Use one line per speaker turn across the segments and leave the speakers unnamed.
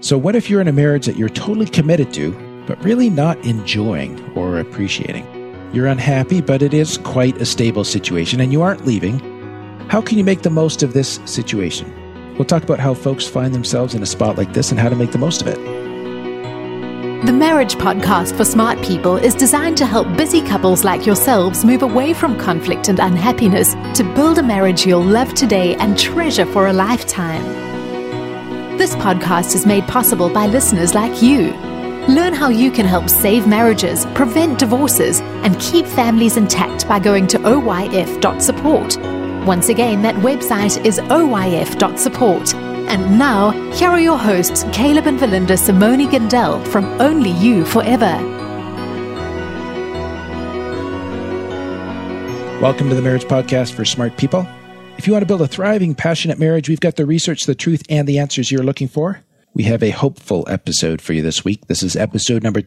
So, what if you're in a marriage that you're totally committed to, but really not enjoying or appreciating? You're unhappy, but it is quite a stable situation and you aren't leaving. How can you make the most of this situation? We'll talk about how folks find themselves in a spot like this and how to make the most of it.
The Marriage Podcast for Smart People is designed to help busy couples like yourselves move away from conflict and unhappiness to build a marriage you'll love today and treasure for a lifetime. This podcast is made possible by listeners like you. Learn how you can help save marriages, prevent divorces, and keep families intact by going to oyf.support. Once again, that website is oyf.support. And now, here are your hosts, Caleb and Valinda Simone Gandel from Only You Forever.
Welcome to the Marriage Podcast for Smart People. If you want to build a thriving, passionate marriage, we've got the research, the truth, and the answers you're looking for. We have a hopeful episode for you this week. This is episode number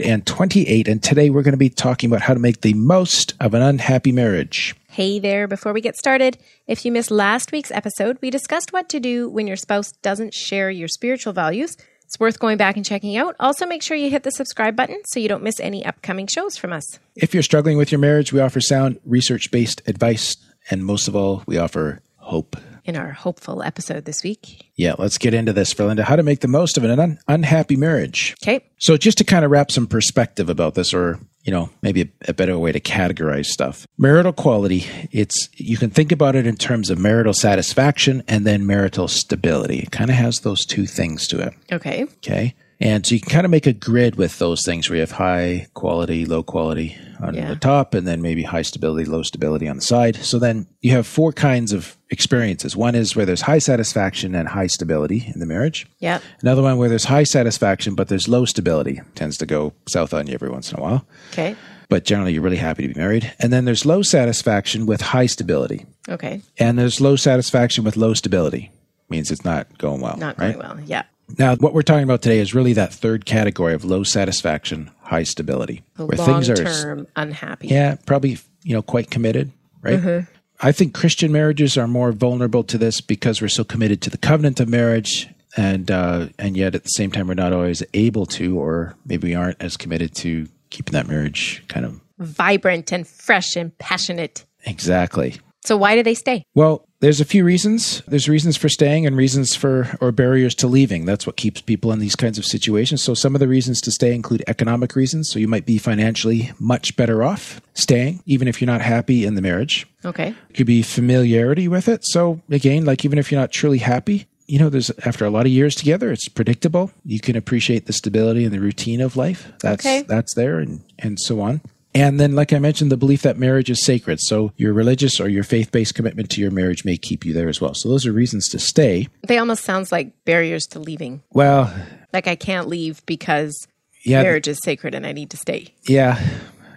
228, and today we're going to be talking about how to make the most of an unhappy marriage.
Hey there, before we get started, if you missed last week's episode, we discussed what to do when your spouse doesn't share your spiritual values. It's worth going back and checking out. Also, make sure you hit the subscribe button so you don't miss any upcoming shows from us.
If you're struggling with your marriage, we offer sound, research based advice, and most of all, we offer hope.
In our hopeful episode this week.
Yeah, let's get into this, Verlinda. How to make the most of an un- unhappy marriage.
Okay.
So, just to kind of wrap some perspective about this, or you know, maybe a, a better way to categorize stuff. Marital quality. It's you can think about it in terms of marital satisfaction and then marital stability. It kind of has those two things to it.
Okay.
Okay. And so you can kind of make a grid with those things where you have high quality, low quality on
Yeah.
the top, and then maybe high stability, low stability on the side. So then you have four kinds of experiences. One is where there's high satisfaction and high stability in the marriage.
Yep.
Another one where there's high satisfaction, but there's low stability, tends to go south on you every once in a while.
Okay.
But generally, you're really happy to be married. And then there's low satisfaction with high stability.
Okay.
And there's low satisfaction with low stability, means it's not going well.
Not
right?
going well. Yeah.
Now, what we're talking about today is really that third category of low satisfaction, high stability,
The
where
long
things are,
term unhappy.
yeah, probably you know quite committed, right? I think Christian marriages are more vulnerable to this because we're so committed to the covenant of marriage, and uh, and yet at the same time we're not always able to, or maybe we aren't as committed to keeping that marriage kind of
Vibrant and fresh and passionate.
exactly
So, why do they stay?
Well, there's a few reasons. There's reasons for staying and reasons for or barriers to leaving. That's what keeps people in these kinds of situations. So some of the reasons to stay include economic reasons. So you might be financially much better off staying, even if you're not happy in the marriage.
Okay.
It could be familiarity with it. So again, like even if you're not truly happy, you know, there's after a lot of years together, it's predictable. You can appreciate the stability and the routine of life. That's
Okay.
that's there and and so on. And then like I mentioned, the belief that marriage is sacred. So your religious or your faith based commitment to your marriage may keep you there as well. So those are reasons to stay.
They almost sounds like barriers to leaving.
Well,
Like, I can't leave because
yeah,
marriage is sacred and I need to stay.
yeah.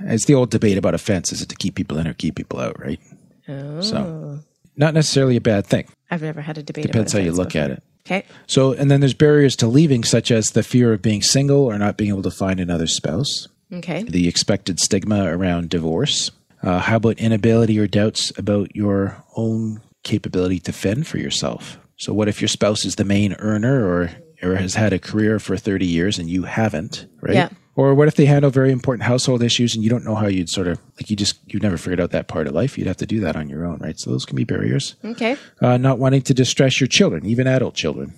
It's the old debate about offense. Is it to keep people in or keep people out, right?
Oh.
So not necessarily a bad thing.
I've never had a debate.
Depends how
about
you
offense
look
before.
at it.
Okay.
So, and then there's barriers to leaving, such as the fear of being single or not being able to find another spouse,
Okay.
the expected stigma around divorce. Uh, how about inability or doubts about your own capability to fend for yourself? So, what if your spouse is the main earner or or has had a career for 30 years and you haven't, right?
Yeah.
Or what if they handle very important household issues and you don't know how you'd sort of like you just you've never figured out that part of life. You'd have to do that on your own, right? So those can be barriers
Okay.
uh, not wanting to distress your children, even adult children,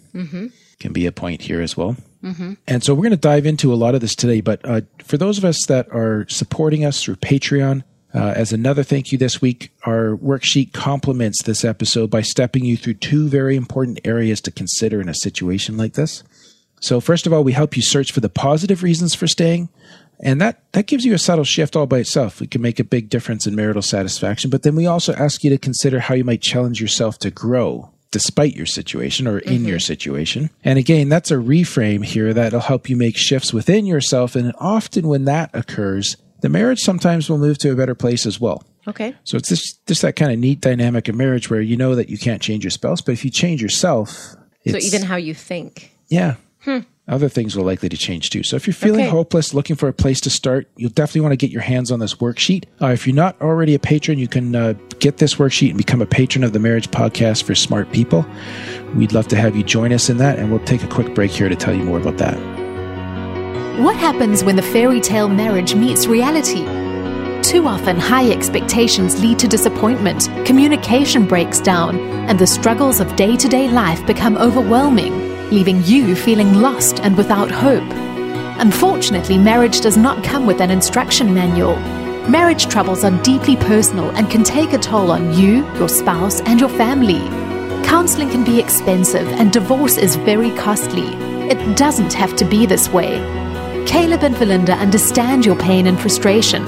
can be a point here as well. And so we're going to dive into a lot of this today. But uh, for those of us that are supporting us through Patreon, uh, as another thank you this week, our worksheet complements this episode by stepping you through two very important areas to consider in a situation like this. So first of all, we help you search for the positive reasons for staying. And that, that gives you a subtle shift all by itself. It can make a big difference in marital satisfaction. But then we also ask you to consider how you might challenge yourself to grow despite your situation or in your situation. And again, that's a reframe here that'll help you make shifts within yourself. And often when that occurs, the marriage sometimes will move to a better place as well.
Okay.
So it's just, just that kind of neat dynamic of marriage where you know that you can't change your spouse, but if you change yourself,
So
it's-
even how you think.
yeah. Other things are likely to change too. So if you're feeling
Okay.
hopeless, looking for a place to start, you'll definitely want to get your hands on this worksheet. Uh, if you're not already a patron, you can uh, get this worksheet and become a patron of the Marriage Podcast for Smart People. We'd love to have you join us in that, and we'll take a quick break here to tell you more about that.
What happens when the fairy tale marriage meets reality? Too often, high expectations lead to disappointment, communication breaks down, and the struggles of day to day life become overwhelming, leaving you feeling lost and without hope. Unfortunately, marriage does not come with an instruction manual. Marriage troubles are deeply personal and can take a toll on you, your spouse, and your family. Counseling can be expensive and divorce is very costly. It doesn't have to be this way. Caleb and Valinda understand your pain and frustration.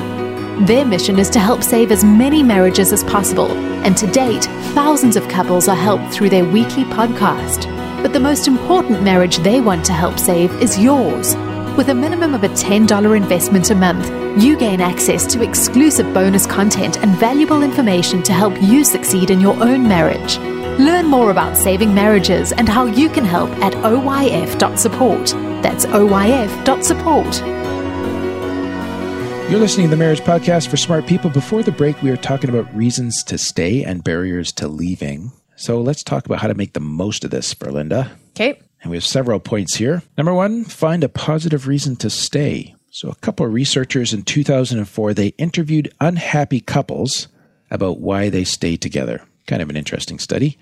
Their mission is to help save as many marriages as possible, and to date, thousands of couples are helped through their weekly podcast. But the most important marriage they want to help save is yours. With a minimum of a $10 investment a month, you gain access to exclusive bonus content and valuable information to help you succeed in your own marriage. Learn more about saving marriages and how you can help at oyf.support. That's oyf.support.
You're listening to the Marriage Podcast for Smart People. Before the break, we were talking about reasons to stay and barriers to leaving. So let's talk about how to make the most of this, Berlinda.
Okay.
And we have several points here. Number one, find a positive reason to stay. So, a couple of researchers in 2004 they interviewed unhappy couples about why they stay together. Kind of an interesting study.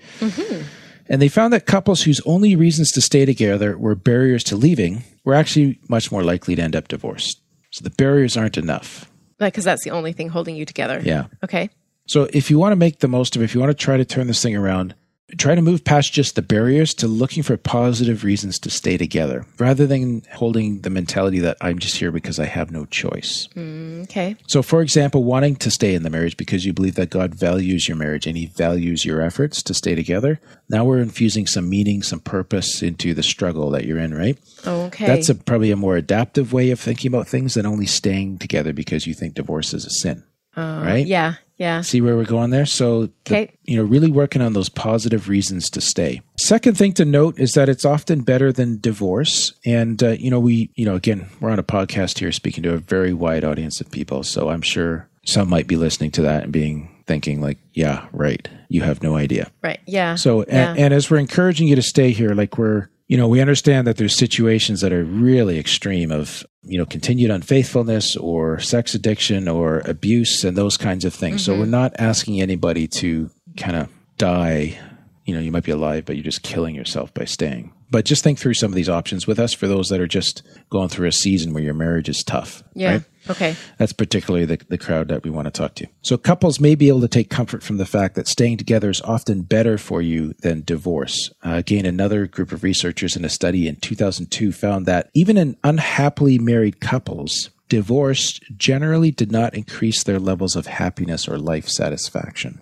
And they found that couples whose only reasons to stay together were barriers to leaving were actually much more likely to end up divorced. So the barriers aren't enough.
Because that's the only thing holding you together.
Yeah.
Okay.
So if you want to make the most of it, if you want to try to turn this thing around, try to move past just the barriers to looking for positive reasons to stay together rather than holding the mentality that I'm just here because I have no choice.
Okay.
So, for example, wanting to stay in the marriage because you believe that God values your marriage and He values your efforts to stay together. Now we're infusing some meaning, some purpose into the struggle that you're in, right?
Okay.
That's a, probably a more adaptive way of thinking about things than only staying together because you think divorce is a sin, right?
yeah. Yeah.
See where we're going there? So, the-
Okay.
you know, really working on those positive reasons to stay. Second thing to note is that it's often better than divorce. And, uh, you know, we, you know, again, we're on a podcast here speaking to a very wide audience of people. So I'm sure some might be listening to that and being thinking, like, yeah, right. You have no idea.
Right. Yeah.
So, and, and as we're encouraging you to stay here, like we're, you know, we understand that there's situations that are really extreme of, you know, continued unfaithfulness or sex addiction or abuse and those kinds of things.
Mm-hmm.
So we're not asking anybody to kind of die. You know, you might be alive, but you're just killing yourself by staying. But just think through some of these options with us for those that are just going through a season where your marriage is tough.
yeah.
right?
Okay.
That's particularly the, the crowd that we want to talk to. So, couples may be able to take comfort from the fact that staying together is often better for you than divorce. Uh, again, another group of researchers in a study in 2002 found that even in unhappily married couples, divorce generally did not increase their levels of happiness or life satisfaction.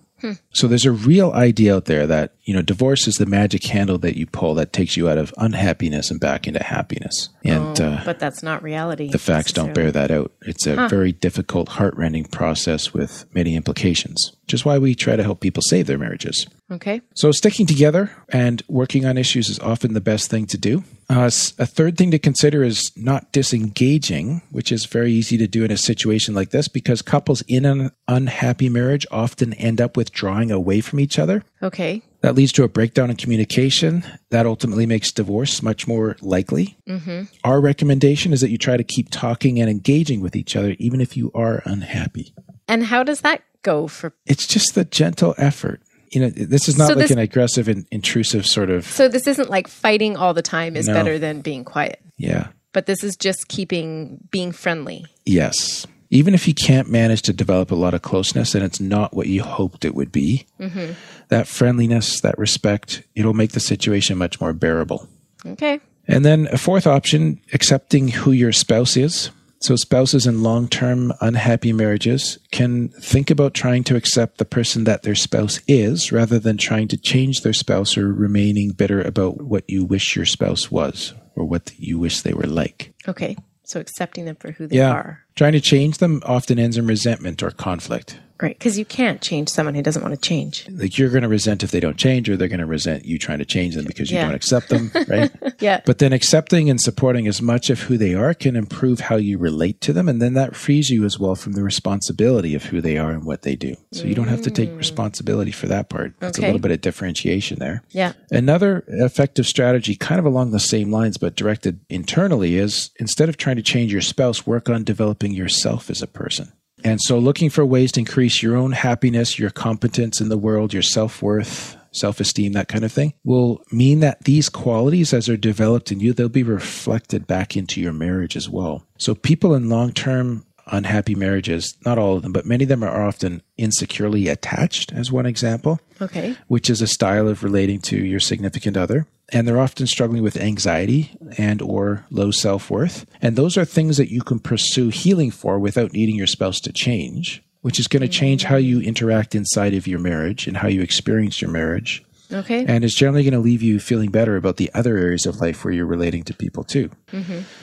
So there's a real idea out there that, you know, divorce is the magic handle that you pull that takes you out of unhappiness and back into happiness. And uh,
But that's not reality.
the facts don't bear that out. It's a very difficult, heart-rending process with many implications, which is why we try to help people save their marriages.
Okay.
So, sticking together and working on issues is often the best thing to do. Uh, s- a third thing to consider is not disengaging, which is very easy to do in a situation like this because couples in an unhappy marriage often end up withdrawing away from each other.
Okay.
That leads to a breakdown in communication. That ultimately makes divorce much more likely.
Mm-hmm.
Our recommendation is that you try to keep talking and engaging with each other, even if you are unhappy.
And how does that go for?
It's just the gentle effort. You know, this is not
So
like
this-
an aggressive and intrusive sort of,
So this isn't like fighting all the time is
No.
better than being quiet.
yeah,
But this is just keeping being friendly.
yes. Even if you can't manage to develop a lot of closeness and it's not what you hoped it would be,
Mm-hmm.
that friendliness, that respect, it'll make the situation much more bearable.
Okay.
And then a fourth option, accepting who your spouse is. So, spouses in long term unhappy marriages can think about trying to accept the person that their spouse is rather than trying to change their spouse or remaining bitter about what you wish your spouse was or what you wish they were like.
Okay. So accepting them for who they are.
Trying to change them often ends in resentment or conflict.
Right. Because you can't change someone who doesn't want to change.
Like you're going to resent if they don't change, or they're going to resent you trying to change them because you
Yeah.
don't accept them, right?
Yeah.
But then accepting and supporting as much of who they are can improve how you relate to them. And then that frees you as well from the responsibility of who they are and what they do. So you don't have to take responsibility for that part. It's a
Okay.
little bit of differentiation there.
yeah.
Another effective strategy, kind of along the same lines, but directed internally, is instead of trying to change your spouse, work on developing yourself as a person. And so, looking for ways to increase your own happiness, your competence in the world, your self worth, self esteem, that kind of thing, will mean that these qualities, as are developed in you, they'll be reflected back into your marriage as well. So, people in long term unhappy marriages, not all of them, but many of them are often insecurely attached, as one example
Okay.
which is a style of relating to your significant other and they're often struggling with anxiety and or low self-worth and those are things that you can pursue healing for without needing your spouse to change which is going to change how you interact inside of your marriage and how you experience your marriage
Okay.
and it's generally going to leave you feeling better about the other areas of life where you're relating to people too.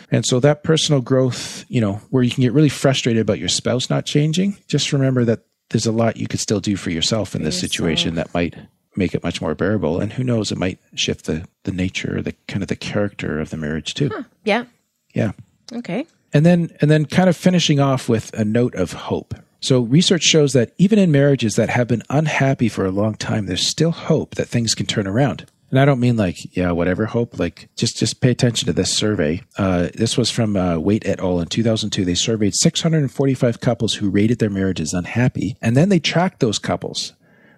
And so that personal growth, you know, where you can get really frustrated about your spouse not changing, just remember that there's a lot you could still do for yourself in this situation that might make it much more bearable. And who knows, it might shift the the nature, the kind of the character of the marriage too.
yeah.
Yeah
Okay.
and then and then kind of finishing off with a note of hope so research shows that even in marriages that have been unhappy for a long time there's still hope that things can turn around and i don't mean like yeah whatever hope like just just pay attention to this survey uh, this was from uh, wait et al in 2002 they surveyed 645 couples who rated their marriages unhappy and then they tracked those couples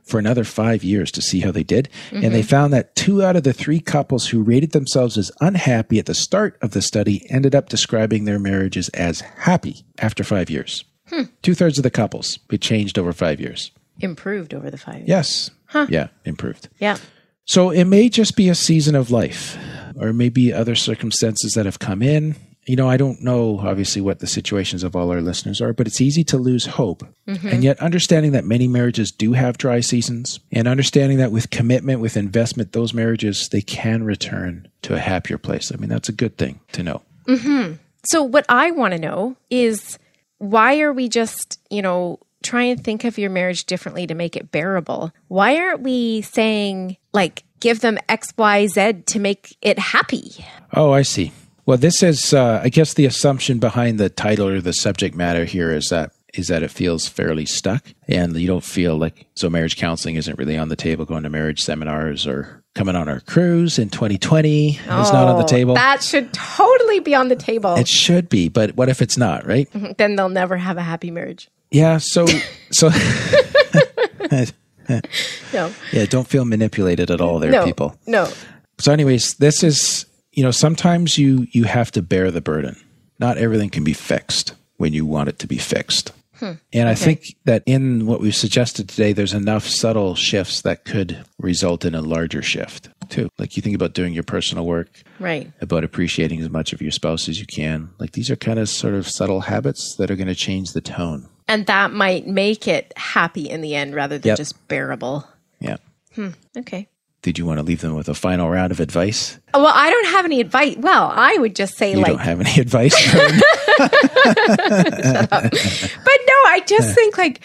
for another five years to see how they did. And they found that two out of the three couples who rated themselves as unhappy at the start of the study ended up describing their marriages as happy after five years. Two thirds of the couples, it changed over five years.
Improved over the five. years.
Yes. Yeah, improved.
Yeah.
So it may just be a season of life, or maybe other circumstances that have come in. You know, I don't know obviously what the situations of all our listeners are, but it's easy to lose hope. And yet, understanding that many marriages do have dry seasons, and understanding that with commitment, with investment, those marriages they can return to a happier place. I mean, that's a good thing to know.
So what I want to know is why are we just, you know, try and think of your marriage differently to make it bearable? Why aren't we saying like give them X, Y, Z to make it happy?
Oh, I see. Well, this is, uh, I guess, the assumption behind the title or the subject matter here is that is that it feels fairly stuck, and you don't feel like so. Marriage counseling isn't really on the table. Going to marriage seminars or coming on our cruise in 2020 is not on the
Oh,
table.
That should totally be on the table.
it should be, but what if it's not? Right?
then they'll never have a happy marriage.
Yeah. So, so
No.
yeah. Don't feel manipulated at all, there,
No.
people.
No.
So, anyways, this is you know sometimes you you have to bear the burden. Not everything can be fixed when you want it to be fixed. And I think that in what we've suggested today, there's enough subtle shifts that could result in a larger shift too. Like you think about doing your personal work,
Right.
about appreciating as much of your spouse as you can. Like these are kind of sort of subtle habits that are going to change the tone.
And that might make it happy in the end rather than
Yep.
just bearable.
Yeah.
Okay.
Did you want to leave them with a final round of advice?
Well, I don't have any advice. Well, I would just say
You
like
don't have any advice?
But no, I just think like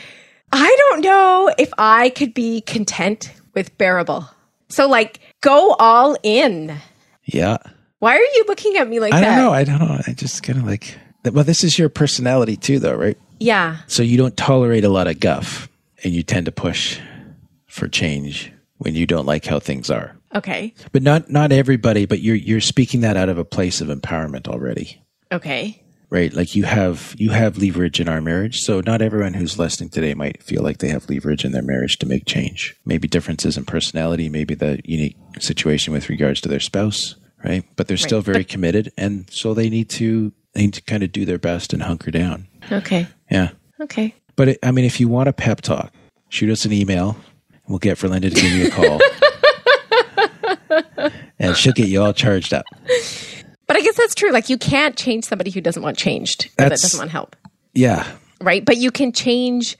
I don't know if I could be content with bearable. So like go all in.
yeah.
Why are you looking at me like
I
that?
don't know. I don't know. I just kind of like. Well, this is your personality too, though, right?
Yeah.
So you don't tolerate a lot of guff, and you tend to push for change when you don't like how things are.
Okay.
But not not everybody. But you're you're speaking that out of a place of empowerment already,
Okay.
right? Like you have you have leverage in our marriage. So not everyone who's listening today might feel like they have leverage in their marriage to make change. Maybe differences in personality, maybe the unique situation with regards to their spouse, right? But they're still very committed, and so they need to they need to kind of do their best and hunker down.
Okay.
Yeah.
Okay.
But it, I mean, if you want a pep talk, shoot us an email. And we'll get Verlinda to give you a call. and she'll get you all charged up.
But I guess that's true. Like you can't change somebody who doesn't want changed or that
That's-
doesn't want help.
Yeah,
Right? But you can change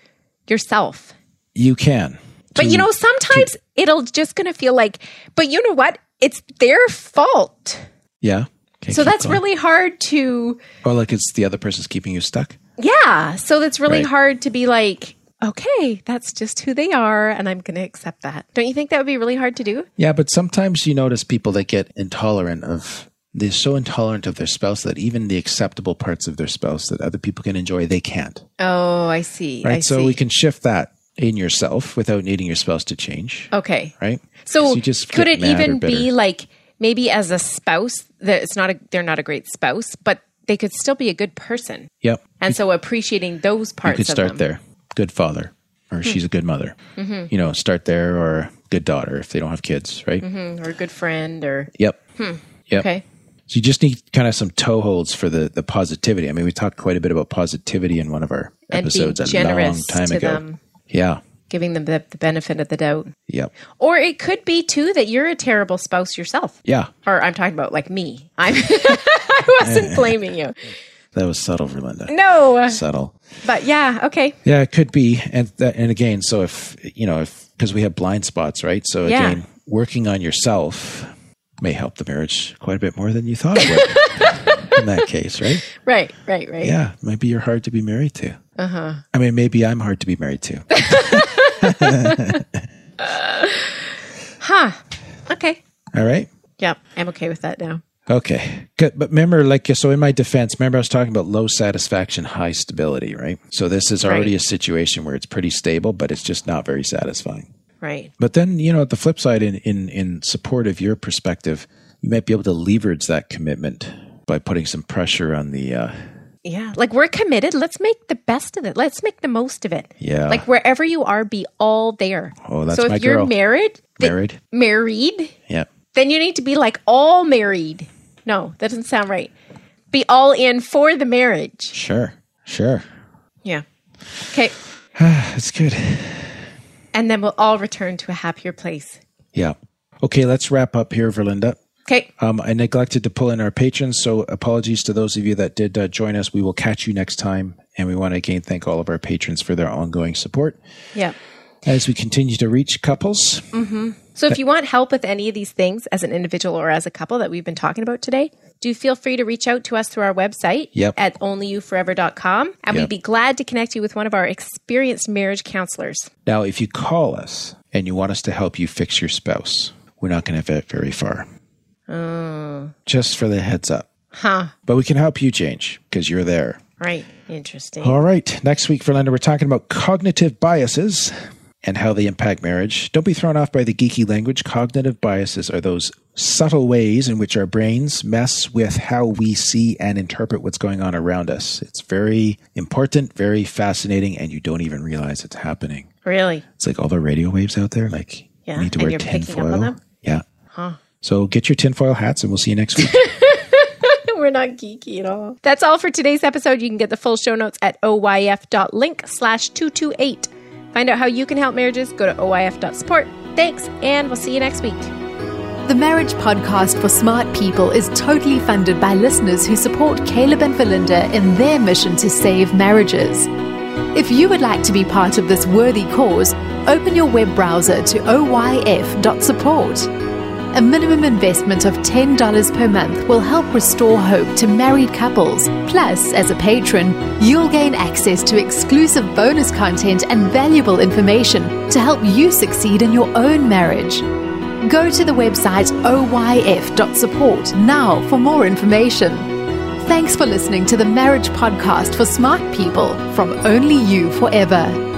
yourself.
you can.
But you know, sometimes it'll just gonna feel like, but you know what? It's their fault.
Yeah. Okay,
So
keep
that's
going.
really hard to
Or like it's the other person's keeping you stuck.
Yeah. So that's really
Right.
hard to be like, okay, that's just who they are and I'm going to accept that. Don't you think that would be really hard to do?
Yeah, but sometimes you notice people that get intolerant of they're so intolerant of their spouse that even the acceptable parts of their spouse that other people can enjoy, they can't.
Oh, I see.
Right?
I
so
see.
we can shift that in yourself without needing your spouse to change.
Okay.
Right? 'Cause
So
you just
could
get
it
mad or
even
bitter.
be like maybe as a spouse that it's not a, they're not a great spouse, but they could still be a good person.
Yep.
And so appreciating those
You
parts
could start
of them. Hmm. Mm-hmm.
there. Good father, or she's a good mother. You know, start there, or good daughter if they don't have kids, right?
mm, Or a good friend or
Yep. Yep.
Mm-hmm. Hmm. okay.
So you just need kind of some toeholds for the the positivity. I mean, we talked quite a bit about positivity in one of our
And being
episodes a long
generous
time
to
ago.
them.
Yeah.
Giving them the, the benefit of the doubt.
Yep.
Or it could be too that you're a terrible spouse yourself.
Yeah.
Or I'm talking about like me. I'm I wasn't blaming you.
That was subtle for Linda.
No.
Subtle.
But yeah, okay.
Yeah, it could be, and that, and again, so if you know, if because we have blind spots, right? So
Yeah.
again, working on yourself may help the marriage quite a bit more than you thought it would. in that case, right?
Right, right, right.
Yeah, maybe you're hard to be married to. Uh
Uh-huh.
huh. I mean, maybe I'm hard to be married to.
Okay.
All right.
Yep. I'm okay with that now.
Okay. Good. But remember, like, so in my defense, remember I was talking about low satisfaction, high stability, right? So this is already
Right.
a situation where it's pretty stable, but it's just not very satisfying.
Right.
But then, you know, at the flip side, in, in, in support of your perspective, you might be able to leverage that commitment by putting some pressure on the, uh,
Yeah. Like we're committed. Let's make the best of it. Let's make the most of it.
Yeah.
Like wherever you are, be all there.
Oh, that's
so if
my
you're
girl.
married, th-
Married.
married,
yeah,
then you need to be like all married. No, that doesn't sound right. Be all in for the marriage.
sure, sure.
Yeah. Okay.
That's good.
And then we'll all return to a happier place.
Yeah. Okay, let's wrap up here, Verlinda.
Okay.
Um, I neglected to pull in our patrons, so apologies to those of you that did uh, join us. We will catch you next time, and we want to again thank all of our patrons for their ongoing support
Yeah.
as we continue to reach couples.
So if you want help with any of these things as an individual or as a couple that we've been talking about today, do feel free to reach out to us through our website
Yep.
at onlyyouforever.com. And
Yep.
we'd be glad to connect you with one of our experienced marriage counselors.
Now, if you call us and you want us to help you fix your spouse, we're not going to get very far. Just for the heads up.
Huh.
But we can help you change because you're there.
Right. Interesting.
All right. Next week, Verlinda, we're talking about cognitive biases and how they impact marriage. Don't be thrown off by the geeky language. Cognitive biases are those subtle ways in which our brains mess with how we see and interpret what's going on around us. It's very important, very fascinating, and you don't even realize it's happening.
Really?
It's like all the radio waves out there. Like, you
Yeah,
need to
and
wear
you're picking up on
tinfoil.
them?
Yeah. So get your tinfoil hats and we'll see you next week.
We're not geeky at all. That's all for today's episode. You can get the full show notes at oyf.link slash 228. Find out how you can help marriages. Go to oyf.support. Thanks, and we'll see you next week.
The Marriage Podcast for Smart People is totally funded by listeners who support Caleb and Valinda in their mission to save marriages. If you would like to be part of this worthy cause, open your web browser to oyf.support. A minimum investment of $10 per month will help restore hope to married couples. Plus, as a patron, you'll gain access to exclusive bonus content and valuable information to help you succeed in your own marriage. Go to the website oyf.support now for more information. Thanks for listening to the Marriage Podcast for Smart People from Only You Forever.